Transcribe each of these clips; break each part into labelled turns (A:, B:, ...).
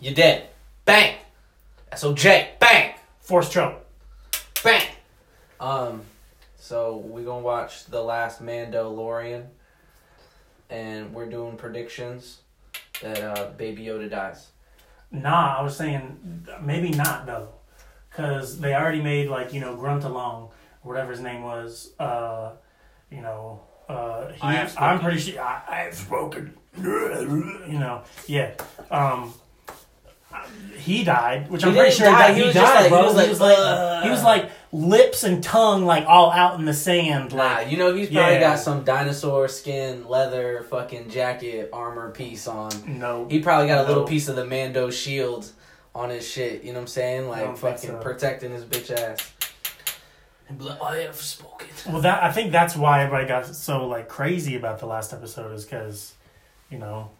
A: You're dead. Bang. S-O-J. Bang.
B: Force choke.
A: Bang. Um, so we gonna watch the last Mandalorian, and we're doing predictions that uh, Baby Yoda dies.
B: Nah, I was saying maybe not though, because they already made like you know Gruntalong, whatever his name was. Uh, you know, uh, he,
C: I have
B: I'm pretty sure I, I've spoken. You know, yeah. Um, he died, which I'm
A: He
B: pretty
A: didn't
B: sure
A: die,
B: he
A: he
B: died. He,
A: was just like- uh. he was
B: died, bro. He was like,
A: like,
B: he was
A: "Ugh."
B: like, lips and tongue like all out in the sand,
A: Nah,
B: like
A: you know he's probably
B: Yeah.
A: got some dinosaur skin, leather, fucking jacket, armor piece on.
B: no.
A: He probably got a little
B: No.
A: piece of the Mando shield on his shit. You know what I'm saying?
B: I
A: Like
B: don't think
A: fucking
B: so. Oh,
A: protecting his bitch ass. And be like, I have spoken.
B: Well, that I think that's why everybody got so like crazy about the last episode is because, you know,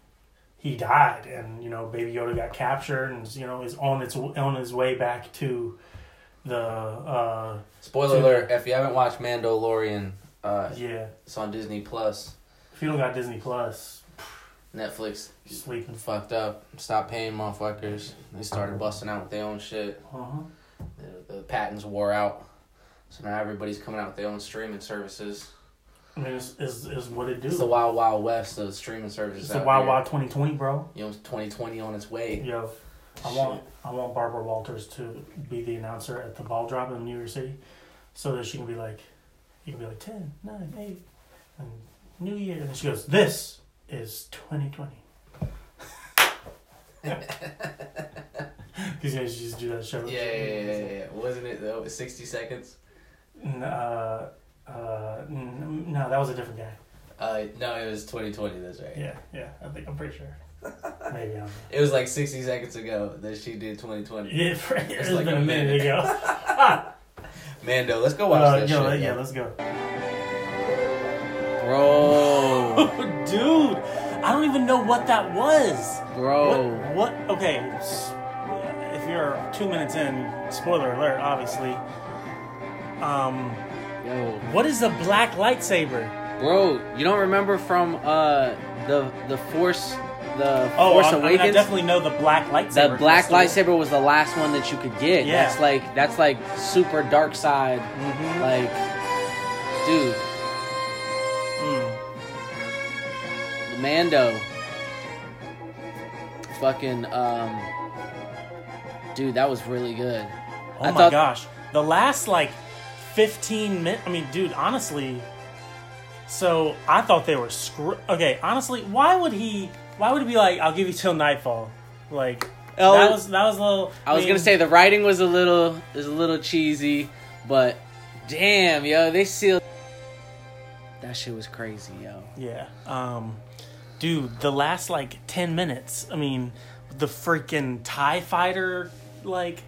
B: he died and you know Baby Yoda got captured and you know is on its on his way back to the uh
A: Spoiler alert: If you haven't watched Mandalorian, uh,
B: yeah.
A: it's on Disney Plus,
B: If you don't got Disney Plus,
A: Netflix.
B: you're sleeping.
A: Fucked up. Stop paying motherfuckers. They started busting out with their own shit.
B: Uh-huh.
A: The, the patents wore out, so now everybody's coming out with their own streaming services.
B: I mean, it's is is what it do.
A: It's the wild, wild west of streaming services.
B: It's the
A: out
B: Wild
A: there.
B: Wild 2020, bro.
A: You know, 2020 on its way.
B: Yo, I want I want Barbara Walters to be the announcer at the ball drop in New York City, so that she can be like, you can be like ten, nine, eight, and New Year, and she goes, "This is 2020." Because you know, she used to do that show.
A: Yeah, yeah, yeah, yeah, yeah. Wasn't it though? 60 seconds.
B: N- Uh, uh, n- no, that was a different guy.
A: Uh, no, it was 2020. That's right.
B: Yeah, yeah, I think I'm pretty sure. Maybe I don't know.
A: It was like 60 seconds ago that she did 2020.
B: Yeah, it's
A: like
B: been
A: a
B: a minute
A: minute.
B: ago.
A: Mando, let's go watch
B: Uh,
A: that
B: yo,
A: shit.
B: yeah,
A: yo.
B: let's go.
A: Bro,
B: Oh, Dude, I don't even know what that was.
A: bro.
B: What? what okay, s- if you're two minutes in, spoiler alert, obviously. Um,
A: Yo.
B: what is a black lightsaber?
A: Bro, you don't remember from uh the the Force the
B: Oh,
A: Force
B: I, I mean, I
A: Awakens?
B: definitely know the black lightsaber.
A: the black
B: crystal.
A: lightsaber was the last one that you could get.
B: Yeah.
A: That's like that's like super dark side.
B: Mhm.
A: Like dude,
B: Mm.
A: the Mando fucking um dude, that was really good.
B: Oh
A: I
B: my
A: thought-
B: gosh, the last like fifteen minutes. I mean, dude, honestly. So I thought they were screw. Okay, honestly, why would he? Why would he be like, "I'll give you till nightfall"? Like
A: Oh,
B: that was that was a little.
A: I was
B: mean,
A: gonna say the writing was a little is a little cheesy, but damn, yo, they sealed that shit was crazy, yo.
B: Yeah. Um, dude, the last like 10 minutes, I mean, the freaking TIE fighter like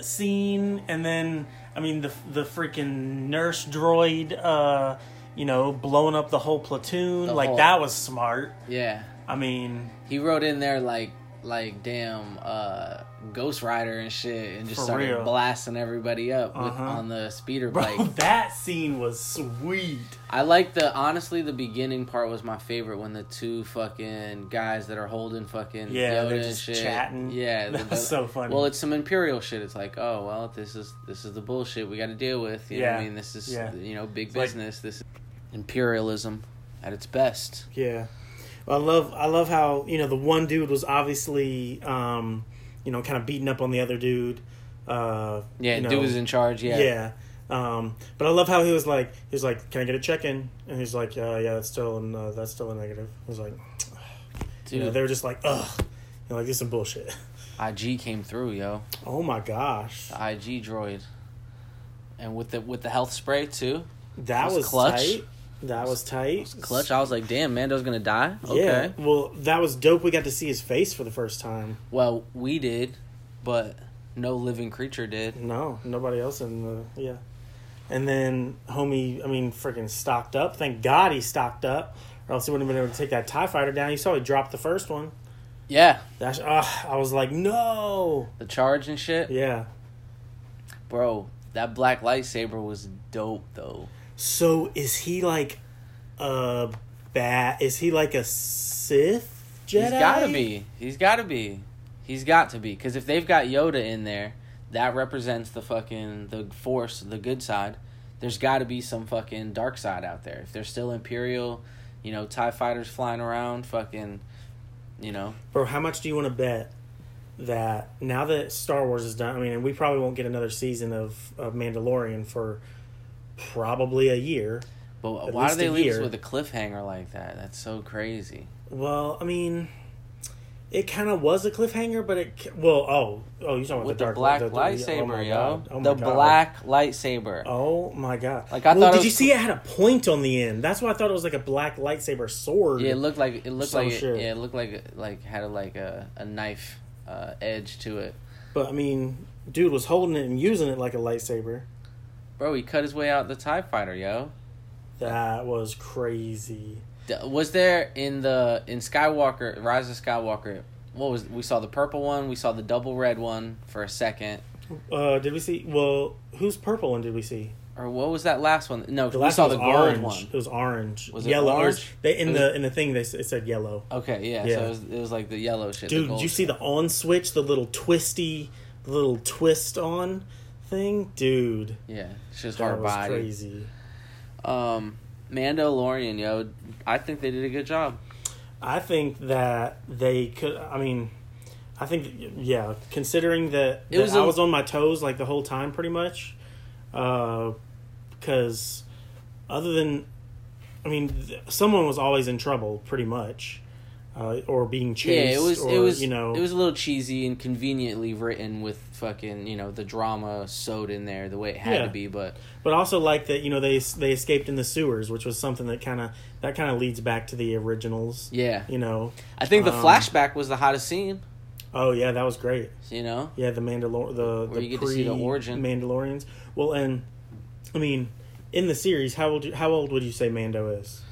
B: scene, and then, I mean, the, the freaking nurse droid, uh, you know, blowing up the whole platoon.
A: The
B: like,
A: whole-
B: that was smart.
A: Yeah.
B: I mean,
A: He wrote in there like like damn uh Ghost Rider and shit and just
B: For
A: started
B: real.
A: blasting everybody up with,
B: Uh-huh.
A: on the speeder
B: bro,
A: bike.
B: that scene was sweet.
A: I like the honestly the beginning part was my favorite when the two fucking guys that are holding fucking
B: Yeah,
A: Yoda
B: they're
A: and
B: just
A: shit.
B: chatting.
A: Yeah,
B: That
A: the-
B: was so funny.
A: Well, it's some imperial shit. It's like, oh well, this is this is the bullshit we got to deal with. You know what I
B: Yeah.
A: mean, this is
B: Yeah.
A: you know big
B: like-
A: business. this is imperialism at its best.
B: Yeah. Well, I love I love how, you know, the one dude was obviously um, you know, kind of beating up on the other dude. Uh
A: Yeah,
B: you know,
A: dude was in charge. Yeah,
B: Yeah. Um, but I love how he was like, he was like, "Can I get a check in?" And he's like, uh, "Yeah, that's still an, uh, that's still a negative." He was like,
A: dude,
B: you know, they were just like, "Ugh," you know, like this is some bullshit.
A: IG came through, yo.
B: Oh my gosh,
A: The IG droid, and with the with the health spray too.
B: that
A: was
B: was,
A: clutch.
B: tight. That was tight.
A: Clutch. I was like, damn, Mando's gonna die. Okay.
B: Yeah. Well, that was dope. We got to see his face for the first time.
A: Well, we did, but no living creature did.
B: No, nobody else in the yeah. And then homie, I mean, freaking stocked up. Thank God he stocked up, or else he wouldn't have been able to take that Tie Fighter down. You saw he dropped the first one.
A: Yeah,
B: That's ah, I was like, no.
A: the charge and shit,
B: Yeah.
A: bro. That black lightsaber was dope though.
B: So is he like a bat? Is he like a Sith Jedi?
A: He's gotta be. He's gotta be. He's got to be because if they've got Yoda in there, that represents the fucking the force, the good side. There's got to be some fucking dark side out there. If they're still Imperial, you know, Tie fighters flying around, fucking, you know,
B: Bro, how much do you want to bet that now that Star Wars is done? I mean, and we probably won't get another season of, of Mandalorian for probably a year.
A: But
B: At
A: why do
B: least
A: they
B: a
A: leave us
B: year.
A: with a cliffhanger like that? That's so crazy.
B: Well, I mean, it kind of was a cliffhanger, but it ca- well, oh, oh, you're talking about
A: With the,
B: the dark
A: black
B: the- the- oh
A: lightsaber,
B: my
A: yo.
B: God. Oh my
A: the
B: God.
A: black lightsaber.
B: Oh my god!
A: Like, I
B: well,
A: thought it
B: Did
A: was
B: you see it had a point on the end? That's why I thought it was like a black lightsaber sword.
A: Yeah, it looked like it looked
B: Some
A: like it,
B: shit.
A: yeah, it looked like like had a, like a a knife uh, edge to it.
B: But I mean, dude was holding it and using it like a lightsaber.
A: Bro, he cut his way out the tie fighter, yo.
B: That was crazy.
A: D- Was there in the in Skywalker Rise of Skywalker? What was we saw the purple one? We saw the double red one for a second.
B: Uh, did we see? Well, whose purple one did we see?
A: Or what was that last one? No,
B: The
A: we
B: last
A: saw
B: one
A: the
B: was
A: gold
B: orange.
A: one.
B: It was orange.
A: Was it
B: yellow. or-
A: orange?
B: They in
A: It was-
B: the in the thing they s- it said yellow.
A: Okay, yeah. So
B: Yeah.
A: it was, it was like the yellow shit. the
B: Dude, did
A: gold
B: you see the on switch? The little twisty, the little twist on thing, dude.
A: Yeah, it's just
B: That
A: hard
B: was
A: body.
B: crazy.
A: Um, Mandalorian, yo, I think they did a good job.
B: I think that they could. I mean, I think yeah. Considering that,
A: It
B: that
A: was
B: I
A: a-
B: was on my toes like the whole time, pretty much, because other than, I mean, th- someone was always in trouble, pretty much, uh, or being chased.
A: yeah, it was
B: Or,
A: it was
B: you know.
A: it was a little cheesy and conveniently written with fucking you know the drama sewed in there the way it had
B: Yeah.
A: to be, but
B: but also like that, you know, they es- they escaped in the sewers, which was something that kind of that kind of leads back to the originals.
A: yeah,
B: You know.
A: I think the
B: Um,
A: flashback was the hottest scene.
B: Oh yeah, that was great.
A: You know,
B: Yeah, the Mandalor the
A: Where
B: the
A: you get to
B: pre
A: see the origin.
B: Mandalorians. Well, and I mean, in the series, how old you- how old would you say Mando is?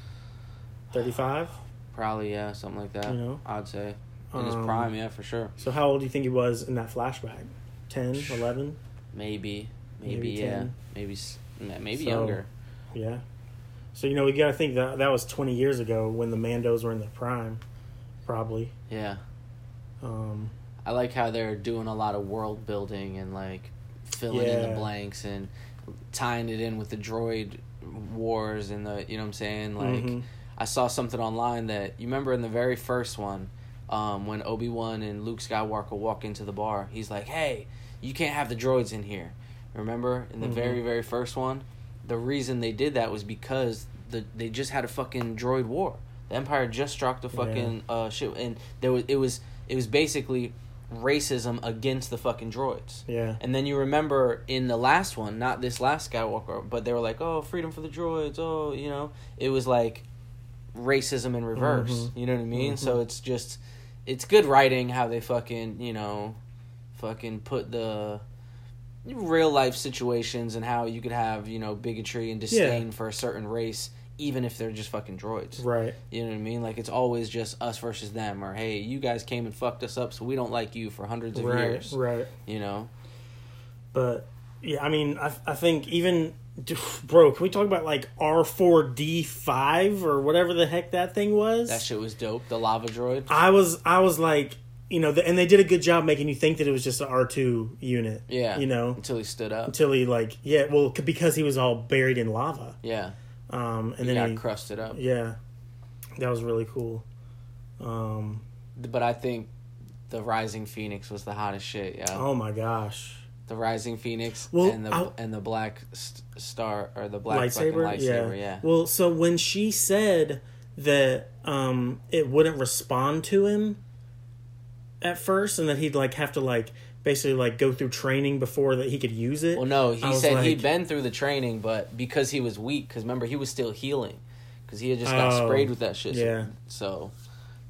B: Thirty five.
A: probably yeah, something like that.
B: You know?
A: I'd say in his
B: Um,
A: prime, yeah, for sure.
B: So how old do you think he was in that flashback? 10, 11?
A: Maybe, maybe,
B: Maybe
A: yeah,
B: 10.
A: maybe s- maybe
B: So-
A: younger.
B: Yeah. So you know we gotta think that that was twenty years ago when the Mandos were in their prime, probably.
A: Yeah,
B: Um,
A: I like how they're doing a lot of world building and like filling in
B: Yeah.
A: the blanks and tying it in with the droid wars and the you know what I'm saying like
B: mhm.
A: I saw something online that you remember in the very first one um when Obi-Wan and Luke Skywalker walk into the bar he's like hey you can't have the droids in here remember in the
B: Mhm.
A: very very first one the reason they did that was because the they just had a fucking droid war the empire just struck the
B: Yeah.
A: fucking uh shit and there was it was it was basically racism against the fucking droids.
B: yeah.
A: And then you remember in the last one, not this last Skywalker, but they were like, "Oh, freedom for the droids." Oh, you know, it was like racism in reverse.
B: Mhm.
A: You know what I mean? So it's just it's good writing how they fucking, you know, fucking put the real life situations and how you could have, you know, bigotry and disdain for a certain race even if they're just fucking droids.
B: Right.
A: You know what I mean? Like it's always just us versus them, or hey, you guys came and fucked us up, so we don't like you for hundreds of
B: Right.
A: years.
B: Right.
A: You know?
B: But yeah, I mean, I I think even bro, can we talk about like R four D five or whatever the heck that thing was?
A: That shit was dope. The lava droid.
B: I was I was like, you know, the, and they did a good job making you think that it was just an R two unit.
A: Yeah.
B: you know,
A: Until he stood up.
B: until he like, yeah, well, c- because he was all buried in lava,
A: Yeah.
B: um, and
A: He
B: then
A: got
B: he,
A: crusted up.
B: yeah, that was really cool. Um,
A: But I think the Rising Phoenix was the hottest shit, yeah.
B: oh my gosh,
A: The Rising Phoenix
B: Well,
A: and the
B: I-
A: and the black st- star or the black fucking lightsaber, yeah.
B: Well, so when she said that um it wouldn't respond to him at first and that he'd like have to like basically like go through training before that he could use it.
A: Well, no,
B: I
A: he
B: was
A: said
B: like-
A: he'd been through the training, but because he was weak, because remember he was still healing, because he had just got
B: Oh,
A: sprayed with that shit. so-
B: yeah.
A: So,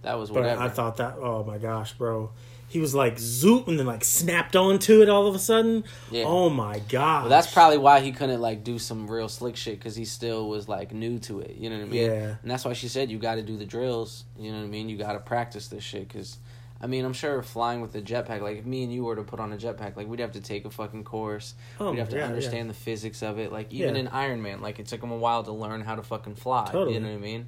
A: that was
B: But
A: whatever.
B: I thought that oh my gosh, bro. He was like zoop and then like snapped onto it all of a sudden.
A: Yeah.
B: Oh my god.
A: Well, that's probably why he couldn't like do some real slick shit because he still was like new to it. You know what I mean?
B: Yeah.
A: And that's why she said you got to do the drills. You know what I mean? You got to practice this shit because, I mean, I'm sure flying with a jetpack. Like if me and you were to put on a jetpack, like we'd have to take a fucking course.
B: Oh
A: we'd
B: my
A: have to
B: God, yeah.
A: understand the physics of it. Like even
B: Yeah.
A: in Iron Man, like it took him a while to learn how to fucking fly.
B: Totally.
A: You know what I mean?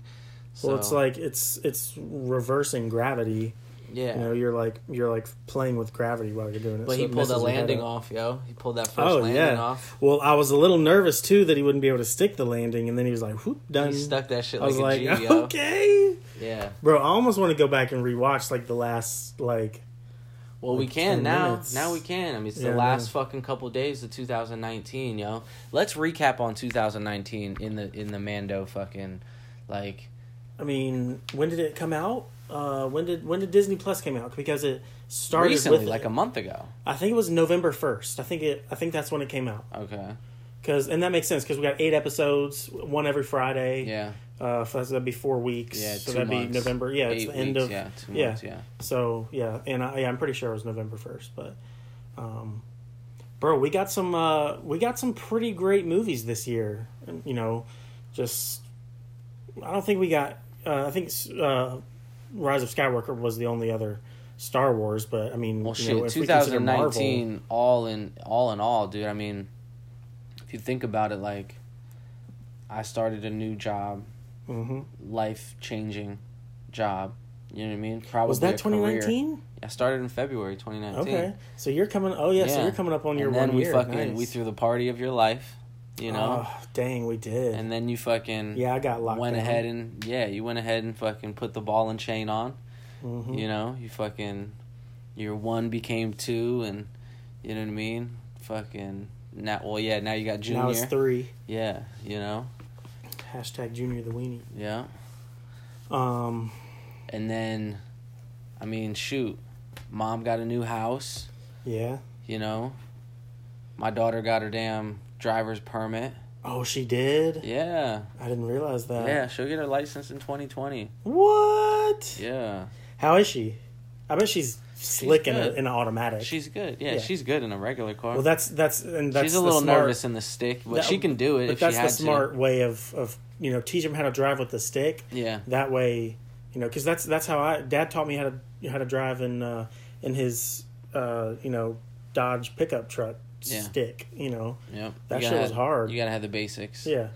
A: So,
B: Well, it's like it's it's reversing gravity
A: Yeah.
B: You know, you're like you're like playing with gravity while you're doing it.
A: But
B: so
A: he
B: it
A: pulled
B: messes
A: that
B: your head
A: landing
B: up.
A: off, yo. He pulled that first
B: Oh
A: landing
B: yeah.
A: off.
B: Well, I was a little nervous too that he wouldn't be able to stick the landing, and then he was like, "Whoop, done."
A: He stuck that shit
B: I
A: like
B: was
A: a
B: like,
A: G, yo.
B: "Okay,
A: Yeah.
B: bro." I almost want to go back and rewatch like the last like.
A: Well, we
B: Like
A: can
B: 10
A: now.
B: minutes.
A: Now we can. I mean, it's
B: Yeah, I
A: the last
B: know.
A: fucking couple days of 2019, yo. Let's recap on 2019 in the in the Mando fucking like
B: I mean, when did it come out? Uh, when did when did Disney Plus came out? Because it started
A: recently,
B: with
A: like a month ago.
B: I think it was November first. I think it. I think that's when it came out.
A: Okay.
B: Cause and that makes sense because we got eight episodes, one every Friday.
A: Yeah.
B: Uh, so that'd be four weeks.
A: Yeah.
B: So
A: two
B: that'd
A: months,
B: be November. Yeah, it's
A: eight
B: the end
A: weeks,
B: of.
A: yeah. Two
B: yeah.
A: months. Yeah.
B: So yeah, and I, yeah, I'm pretty sure it was November first, but, um, bro, we got some uh, we got some pretty great movies this year. And, You know, just I don't think we got. Uh, I think uh, Rise of Skywalker was the only other Star Wars, but I mean,
A: Well,
B: you
A: shit.
B: know, if we consider Marvel-
A: 2019, all in all in all, dude. I mean, if you think about it, like, I started a new job,
B: Mhm.
A: life changing job. You know what I mean? Probably
B: Was that
A: a career.
B: 2019?
A: I started in February 2019.
B: Okay, so you're coming. Oh yeah, so
A: Yeah.
B: you're coming up on your
A: and then
B: one
A: we
B: year.
A: fucking
B: nice.
A: we threw the party of your life, you know.
B: Oh, dang, we did.
A: and then you fucking
B: yeah, I got locked.
A: went
B: down.
A: ahead and yeah, you went ahead and fucking put the ball and chain on.
B: Mhm.
A: You know, you fucking your one became two, and you know what I mean. Fucking now, well, yeah, now you got junior.
B: Now it's three.
A: yeah, you know,
B: Hashtag Junior the Weenie.
A: yeah.
B: Um,
A: And then, I mean, shoot, mom got a new house.
B: yeah.
A: You know, my daughter got her damn driver's permit.
B: Oh, she did.
A: Yeah,
B: I didn't realize that.
A: yeah, she'll get her license in 2020.
B: What?
A: Yeah,
B: How is she? I bet she's slick in, a,
A: good.
B: in an automatic.
A: she's good. Yeah,
B: Yeah.
A: she's good in a regular car.
B: well, that's that's and that's
A: she's a
B: the
A: little
B: smart-
A: nervous in the stick, but
B: that-
A: she can do it
B: But
A: if
B: that's
A: she had
B: the smart way of of you know teach them how to drive with the stick.
A: to. Yeah,
B: That way, you know, because that's that's how I dad taught me how to how to drive in uh, in his uh, you know Dodge pickup truck
A: Yeah.
B: stick. You know
A: yep.
B: that
A: You
B: shit
A: gotta
B: was
A: have-
B: hard.
A: You gotta have the basics.
B: Yeah,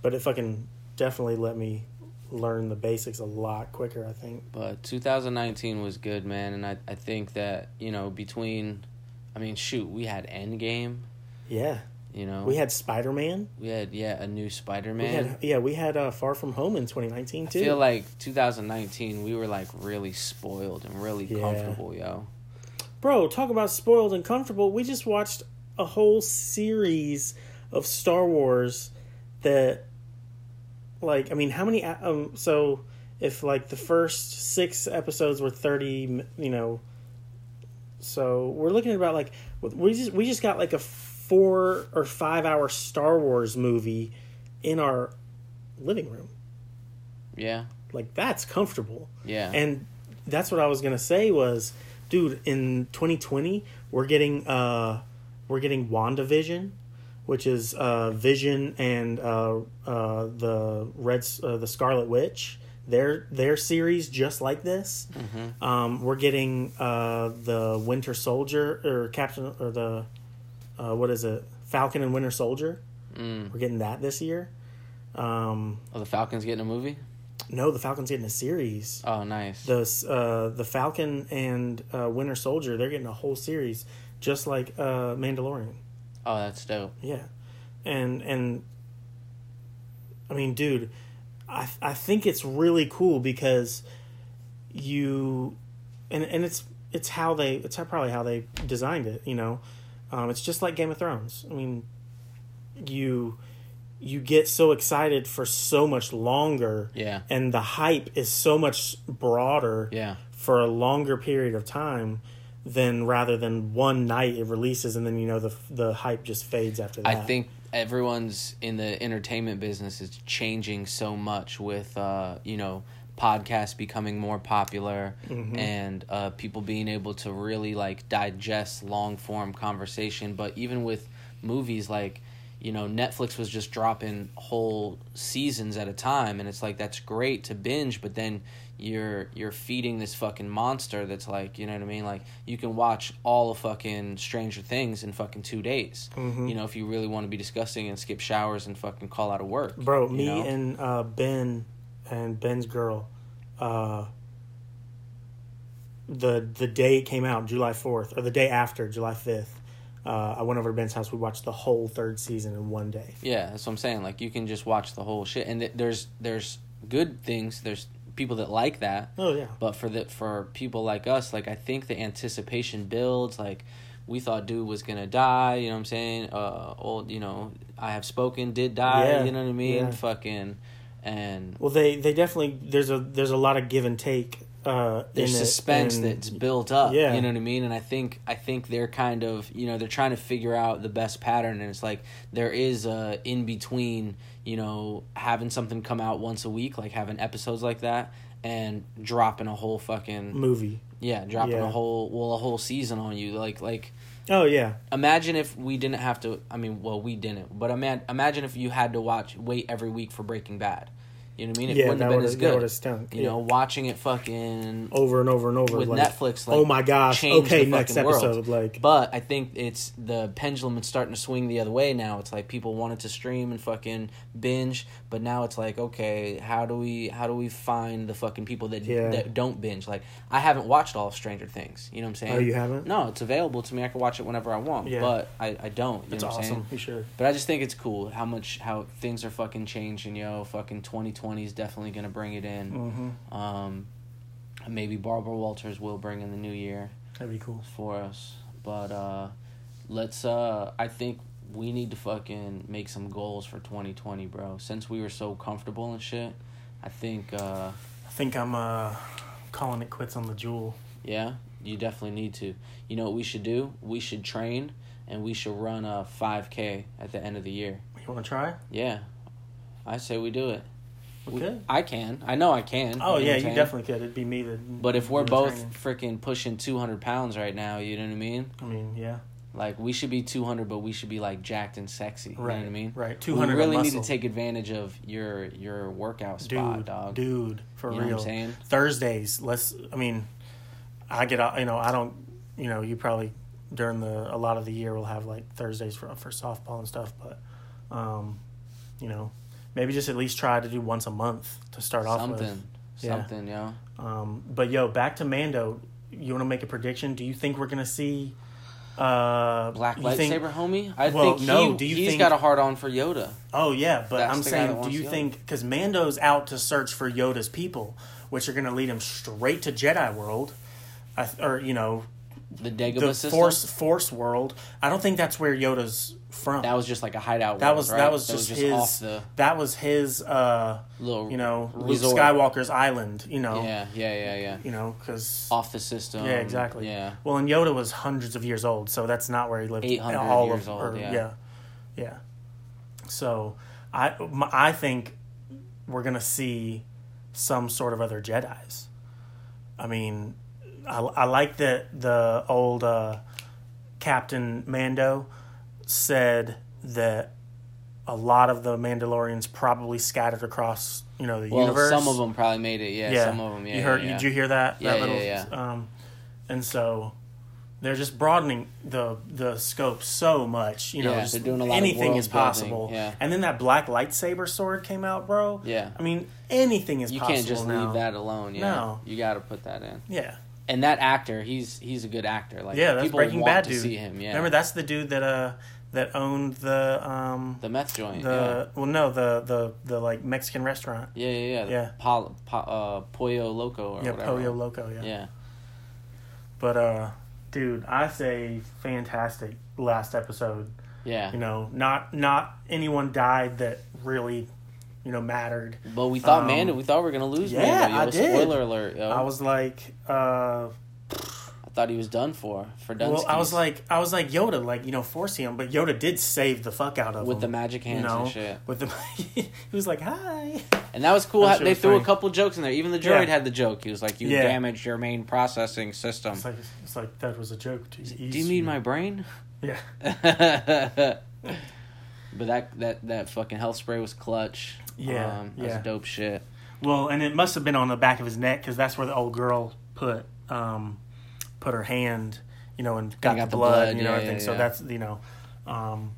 B: but it fucking definitely let me learn the basics a lot quicker. I think.
A: But 2019 was good, man, and I I think that you know between, I mean, shoot, we had Endgame.
B: Yeah,
A: You know,
B: we had Spider Man.
A: we had yeah a new Spider
B: We
A: Man.
B: had yeah, we had uh, Far From Home in 2019
A: I
B: too.
A: feel like 2019 we were like really spoiled and really
B: Yeah.
A: comfortable, yo.
B: Bro, talk about spoiled and comfortable. We just watched a whole series of Star Wars that, like, I mean, how many? Um, so if like the first six episodes were 30, you know, so we're looking at about like we just we just got like a four or five hour Star Wars movie in our living room.
A: Yeah,
B: Like that's comfortable.
A: yeah,
B: And that's what I was gonna say was, dude, in 2020 we're getting uh we're getting WandaVision, which is uh Vision and uh uh the Red uh, the Scarlet Witch. Their their series just like this. Um, we're getting uh the Winter Soldier or Captain or the uh, what is it Falcon and Winter Soldier. We're getting that this year. Um,
A: oh, the Falcons getting a movie.
B: no, the Falcon's getting a series
A: Oh, nice.
B: the uh, the Falcon and uh, Winter Soldier, they're getting a whole series, just like uh, Mandalorian.
A: oh, that's dope.
B: Yeah, and and I mean, dude, I I think it's really cool because you, and and it's it's how they it's how, probably how they designed it. You know, um, it's just like Game of Thrones. I mean, you you get so excited for so much longer
A: Yeah.
B: and the hype is so much broader
A: Yeah.
B: for a longer period of time than rather than one night it releases and then you know the the hype just fades after that.
A: I think everyone's in the entertainment business is changing so much with uh, you know podcasts becoming more popular and uh, people being able to really like digest long form conversation. But even with movies like you know Netflix was just dropping whole seasons at a time, and it's like that's great to binge, but then you're you're feeding this fucking monster that's like you know what I mean like you can watch all of fucking Stranger Things in fucking two days
B: Mm-hmm.
A: you know if you really want to be disgusting and skip showers and fucking call out of work
B: bro,
A: you
B: me
A: know?
B: and uh, Ben and Ben's girl, uh,
D: the the day it came out, July fourth, or the day after, July fifth. Uh, I went over to Ben's house. We watched the whole third season in one day.
A: Yeah, that's what I'm saying. Like you can just watch the whole shit, and th- there's there's good things. There's people that like that,
D: Oh yeah,
A: but for the for people like us, like I think the anticipation builds. Like we thought dude was gonna die. You know what I'm saying? Uh, old, you know, I have spoken did die.
D: Yeah,
A: You know what I mean?
D: yeah.
A: Fucking and
D: Well, they they definitely there's a there's a lot of give and take. Uh,
A: there's
D: in it,
A: suspense
D: and-
A: that's built up.
D: Yeah.
A: You know what I mean? And I think I think they're kind of you know they're trying to figure out the best pattern, and it's like there is a in between. You know, having something come out once a week, like having episodes like that, and dropping a whole fucking
D: movie.
A: yeah, dropping
D: Yeah.
A: a whole well a whole season on you. Like like
D: Oh yeah,
A: imagine if we didn't have to. I mean, well we didn't, but ima- imagine if you had to watch wait every week for Breaking Bad. You know what I mean? It
D: yeah,
A: wouldn't
D: that
A: have been
D: would
A: as
D: have that would
A: good.
D: have stunk.
A: You
D: yeah.
A: know, watching it fucking
D: over and over and over
A: with
D: like,
A: Netflix, like,
D: oh my gosh!
A: changed
D: Okay,
A: the
D: next
A: fucking world.
D: episode. Like,
A: But I think it's the pendulum is starting to swing the other way now. It's like people wanted to stream and fucking binge, but now it's like, okay, how do we how do we find the fucking people that
D: Yeah.
A: that don't binge? Like I haven't watched all of Stranger Things. You know what I'm saying?
D: oh, you haven't?
A: No, it's available to me. I can watch it whenever I want.
D: Yeah.
A: But I, I don't. You
B: It's
A: know what I'm
B: awesome.
A: saying?
D: You should.
A: But I just think it's cool how much how things are fucking changing, yo. Fucking twenty twenty is definitely gonna bring it in.
B: Mm-hmm.
A: Um, maybe Barbara Walters will bring in the new year
B: That'd be cool.
A: for us. But uh let's uh I think we need to fucking make some goals for 2020, bro. Since we were so comfortable and shit, I think uh
B: I think I'm uh, calling it quits on the jewel.
A: yeah, you definitely need to. You know what we should do? We should train and we should run a 5k at the end of the year.
B: You want to try?
A: Yeah. I say we do it. We-
B: Okay.
A: I can. I know I can.
B: Oh
A: know what
B: yeah,
A: I'm
B: you
A: saying?
B: definitely could. It'd be me that.
A: But if we're
B: that
A: both
B: training.
A: freaking pushing 200 pounds right now, you know what I mean?
B: I mean, yeah,
A: Like we should be 200, but we should be like jacked and sexy. You
B: right.
A: know what I mean?
B: Right. Two hundred.
A: We really
B: muscle.
A: need to take advantage of your your workout
B: dude,
A: spot, dog.
B: dude, for
A: you know
B: real.
A: what I'm saying?
B: Thursdays. Let's. I mean, I get. out- You know, I don't. You know, you probably during the a lot of the year we'll have like Thursdays for for softball and stuff, but, um, you know, maybe just at least try to do once a month to start off with.
A: Something,
B: Yeah.
A: something, yo.
B: Um, but yo, back to Mando. You want to make a prediction? Do you think we're gonna see? Uh,
A: Black
B: you
A: lightsaber,
B: think-
A: homie. I
B: Well,
A: think
B: no,
A: he,
B: do you
A: he's
B: think-
A: got a hard on for Yoda.
B: Oh yeah, but
A: That's
B: I'm
A: the guy that
B: saying, do
A: wants
B: you
A: Yoda.
B: think because Mando's out to search for Yoda's people, which are going to lead him straight to Jedi world, I th- or you know
A: The Dagobah
B: the
A: system.
B: Force Force world? I don't think that's where Yoda's from.
A: That was just like a hideout.
B: that
A: world,
B: was
A: right?
B: that was just his
A: off the
B: that was his uh
A: little
B: you know Luke
A: resort.
B: Skywalker's island. You know,
A: Yeah, yeah, yeah, yeah.
B: you know because.
A: Off the system.
B: Yeah, exactly.
A: Um, Yeah,
B: Well, and Yoda was hundreds of years old, so that's not where he lived.
A: 800
B: all
A: years
B: of,
A: old,
B: or-
A: yeah.
B: yeah, yeah. So, I my, I think we're gonna see some sort of other Jedi's. I mean, I, I like that the old uh, Captain Mando said that a lot of the Mandalorians probably scattered across you know the
A: well,
B: universe.
A: some of them probably made it. Yeah, some of them. Yeah,
B: you heard?
A: yeah, yeah.
B: Did you hear that?
A: Yeah,
B: that
A: yeah,
B: little,
A: yeah.
B: Um, and so they're just broadening the the scope so much. You know,
A: Yeah,
B: just
A: they're doing a lot of
B: anything
A: world
B: is possible.
A: building, yeah.
B: And then that black lightsaber sword came out, bro.
A: Yeah.
B: I mean, anything is
A: You
B: possible
A: can't just
B: now.
A: leave that alone. Yeah,
B: No.
A: you got to put that in.
B: Yeah,
A: and that actor, he's he's a good actor. Like
B: yeah. That's
A: people
B: Breaking
A: want
B: Bad
A: to
B: dude.
A: see him. Yeah,
B: Remember that's the dude that uh that owned the um
A: the meth joint.
B: the well no the the the like Mexican restaurant.
A: yeah, yeah, yeah. yeah.
B: Yeah.
A: The Pol- po- uh, Pollo Loco or
B: Yeah,
A: whatever.
B: Pollo Loco. Yeah.
A: Yeah,
B: But uh, dude, I say fantastic last episode.
A: yeah.
B: you know not not anyone died that really you know mattered
A: But we thought
B: Um,
A: Mando. We thought we were gonna lose
B: yeah,
A: Mando. Yo,
B: I did.
A: Spoiler alert. Yo.
B: i was like uh
A: I thought he was done for. For Dunsky.
B: well i was like i was like yoda like you know force him but yoda did save the fuck out of
A: with the
B: him
A: magic hands
B: you know
A: and shit.
B: with the he was like hi
A: And that was cool.
B: That
A: how
B: shit
A: they
B: was
A: threw a
B: funny.
A: couple jokes in there. Even the droid
B: Yeah.
A: had the joke. He was like, "You
B: Yeah.
A: damaged your main processing system."
B: it's like it's like that was a joke to
A: Do you mean my brain?
B: yeah
A: but that that that fucking health spray was clutch.
B: Yeah,
A: that was
B: yeah.
A: dope shit.
B: well and it must have been on the back of his neck because that's where the old girl put um put her hand you know and got,
A: got
B: the
A: the
B: blood,
A: blood,
B: you know
A: yeah,
B: everything
A: yeah,
B: so
A: yeah.
B: that's you know um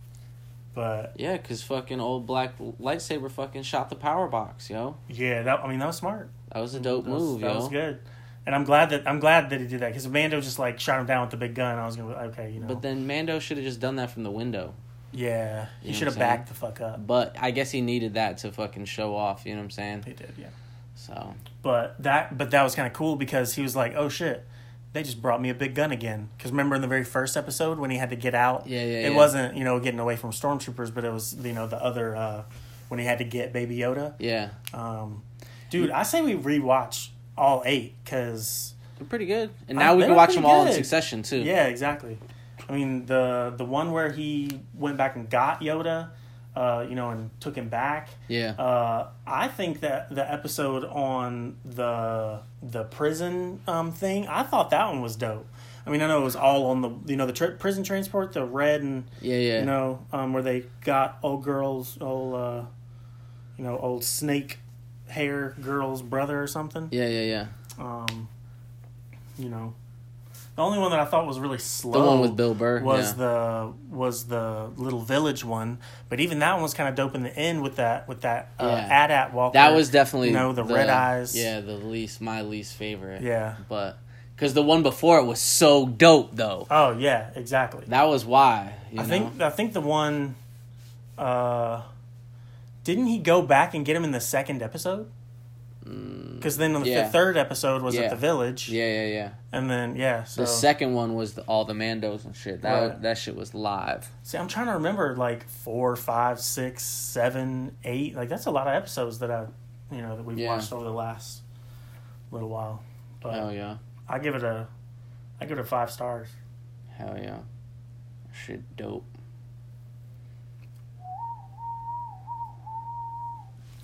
B: but
A: Yeah, cause fucking old black lightsaber fucking shot the power box, yo.
B: Yeah, that I mean that was smart.
A: That was a dope
B: Mm, That was,
A: move,
B: that
A: yo.
B: was good. And I'm glad that I'm glad that he did that because Mando just like shot him down with the big gun. I was gonna okay, you know.
A: But then Mando should have just done that from the window.
B: yeah,
A: You know
B: he should have
A: what I'm saying?
B: backed the fuck up.
A: But I guess he needed that to fucking show off. You know what I'm saying?
B: He did, yeah.
A: So
B: But that but that was kind of cool because he was like, oh shit, they just brought me a big gun again. Because remember in the very first episode when he had to get out,
A: Yeah, yeah,
B: it
A: yeah.
B: wasn't you know getting away from stormtroopers, but it was you know the other uh, when he had to get Baby Yoda.
A: yeah,
B: Um, dude, I say we rewatch all eight because
A: they're pretty good. And
B: Uh,
A: now we
B: they
A: can
B: were
A: watch them
B: pretty
A: all in
B: good.
A: succession too.
B: yeah, exactly. I mean the the one where he went back and got Yoda, uh, you know, and took him back.
A: Yeah.
B: Uh, I think that the episode on the the prison um, thing, I thought that one was dope. I mean, I know it was all on the you know the tri- prison transport, the red and
A: yeah. Yeah.
B: you know um, where they got old girls, old uh, you know old snake hair girl's brother or something.
A: Yeah. Yeah. Yeah.
B: Um, you know, the only one that I thought was really
A: The
B: slow
A: one with Bill Burr.
B: was
A: yeah.
B: the was the little village one, but even that one was kind of dope in the end with that with that uh,
A: Yeah.
B: AT-AT walker.
A: That was definitely
B: you know, the red eyes.
A: Yeah, the least my least favorite.
B: yeah.
A: but because the one before it was so dope though.
B: Oh yeah, exactly.
A: That was why. You
B: I
A: know?
B: think I think the one, uh, didn't he go back and get him in the second episode? Because then the
A: Mm, yeah.
B: fifth, third episode was
A: Yeah.
B: at the village,
A: Yeah, yeah, yeah.
B: and then yeah. So
A: The second one was the, all the Mandos and shit. That
B: Right.
A: that shit was live.
B: see, I'm trying to remember like four, five, six, seven, eight. Like that's a lot of episodes that I, you know, that we've
A: Yeah.
B: watched over the last little while. But
A: Hell yeah,
B: I give it a, I give it a five stars.
A: hell yeah. Shit, dope.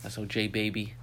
A: That's OJ baby.